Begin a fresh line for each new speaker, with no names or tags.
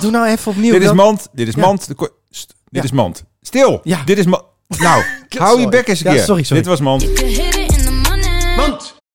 Doe nou even opnieuw.
Dit is
Dan-
mand, dit is
Ja.
mand. de ko- st-
Ja.
Dit is mand. Stil.
Ja.
Dit is mand. Nou, hou je
Sorry.
bek eens een
Ja,
keer.
sorry, sorry.
Dit was mand.
You can hit it in the morning.
Mand.